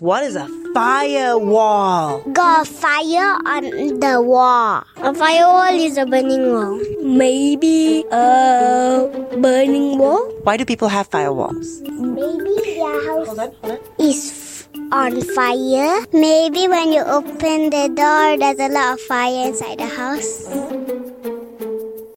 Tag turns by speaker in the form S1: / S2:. S1: What is a firewall?
S2: got a fire on the wall. A firewall is a burning wall. Maybe a burning wall?
S1: Why do people have firewalls?
S2: Maybe your house
S1: on, hold on.
S2: is f- on fire. Maybe when you open the door, there's a lot of fire inside the house.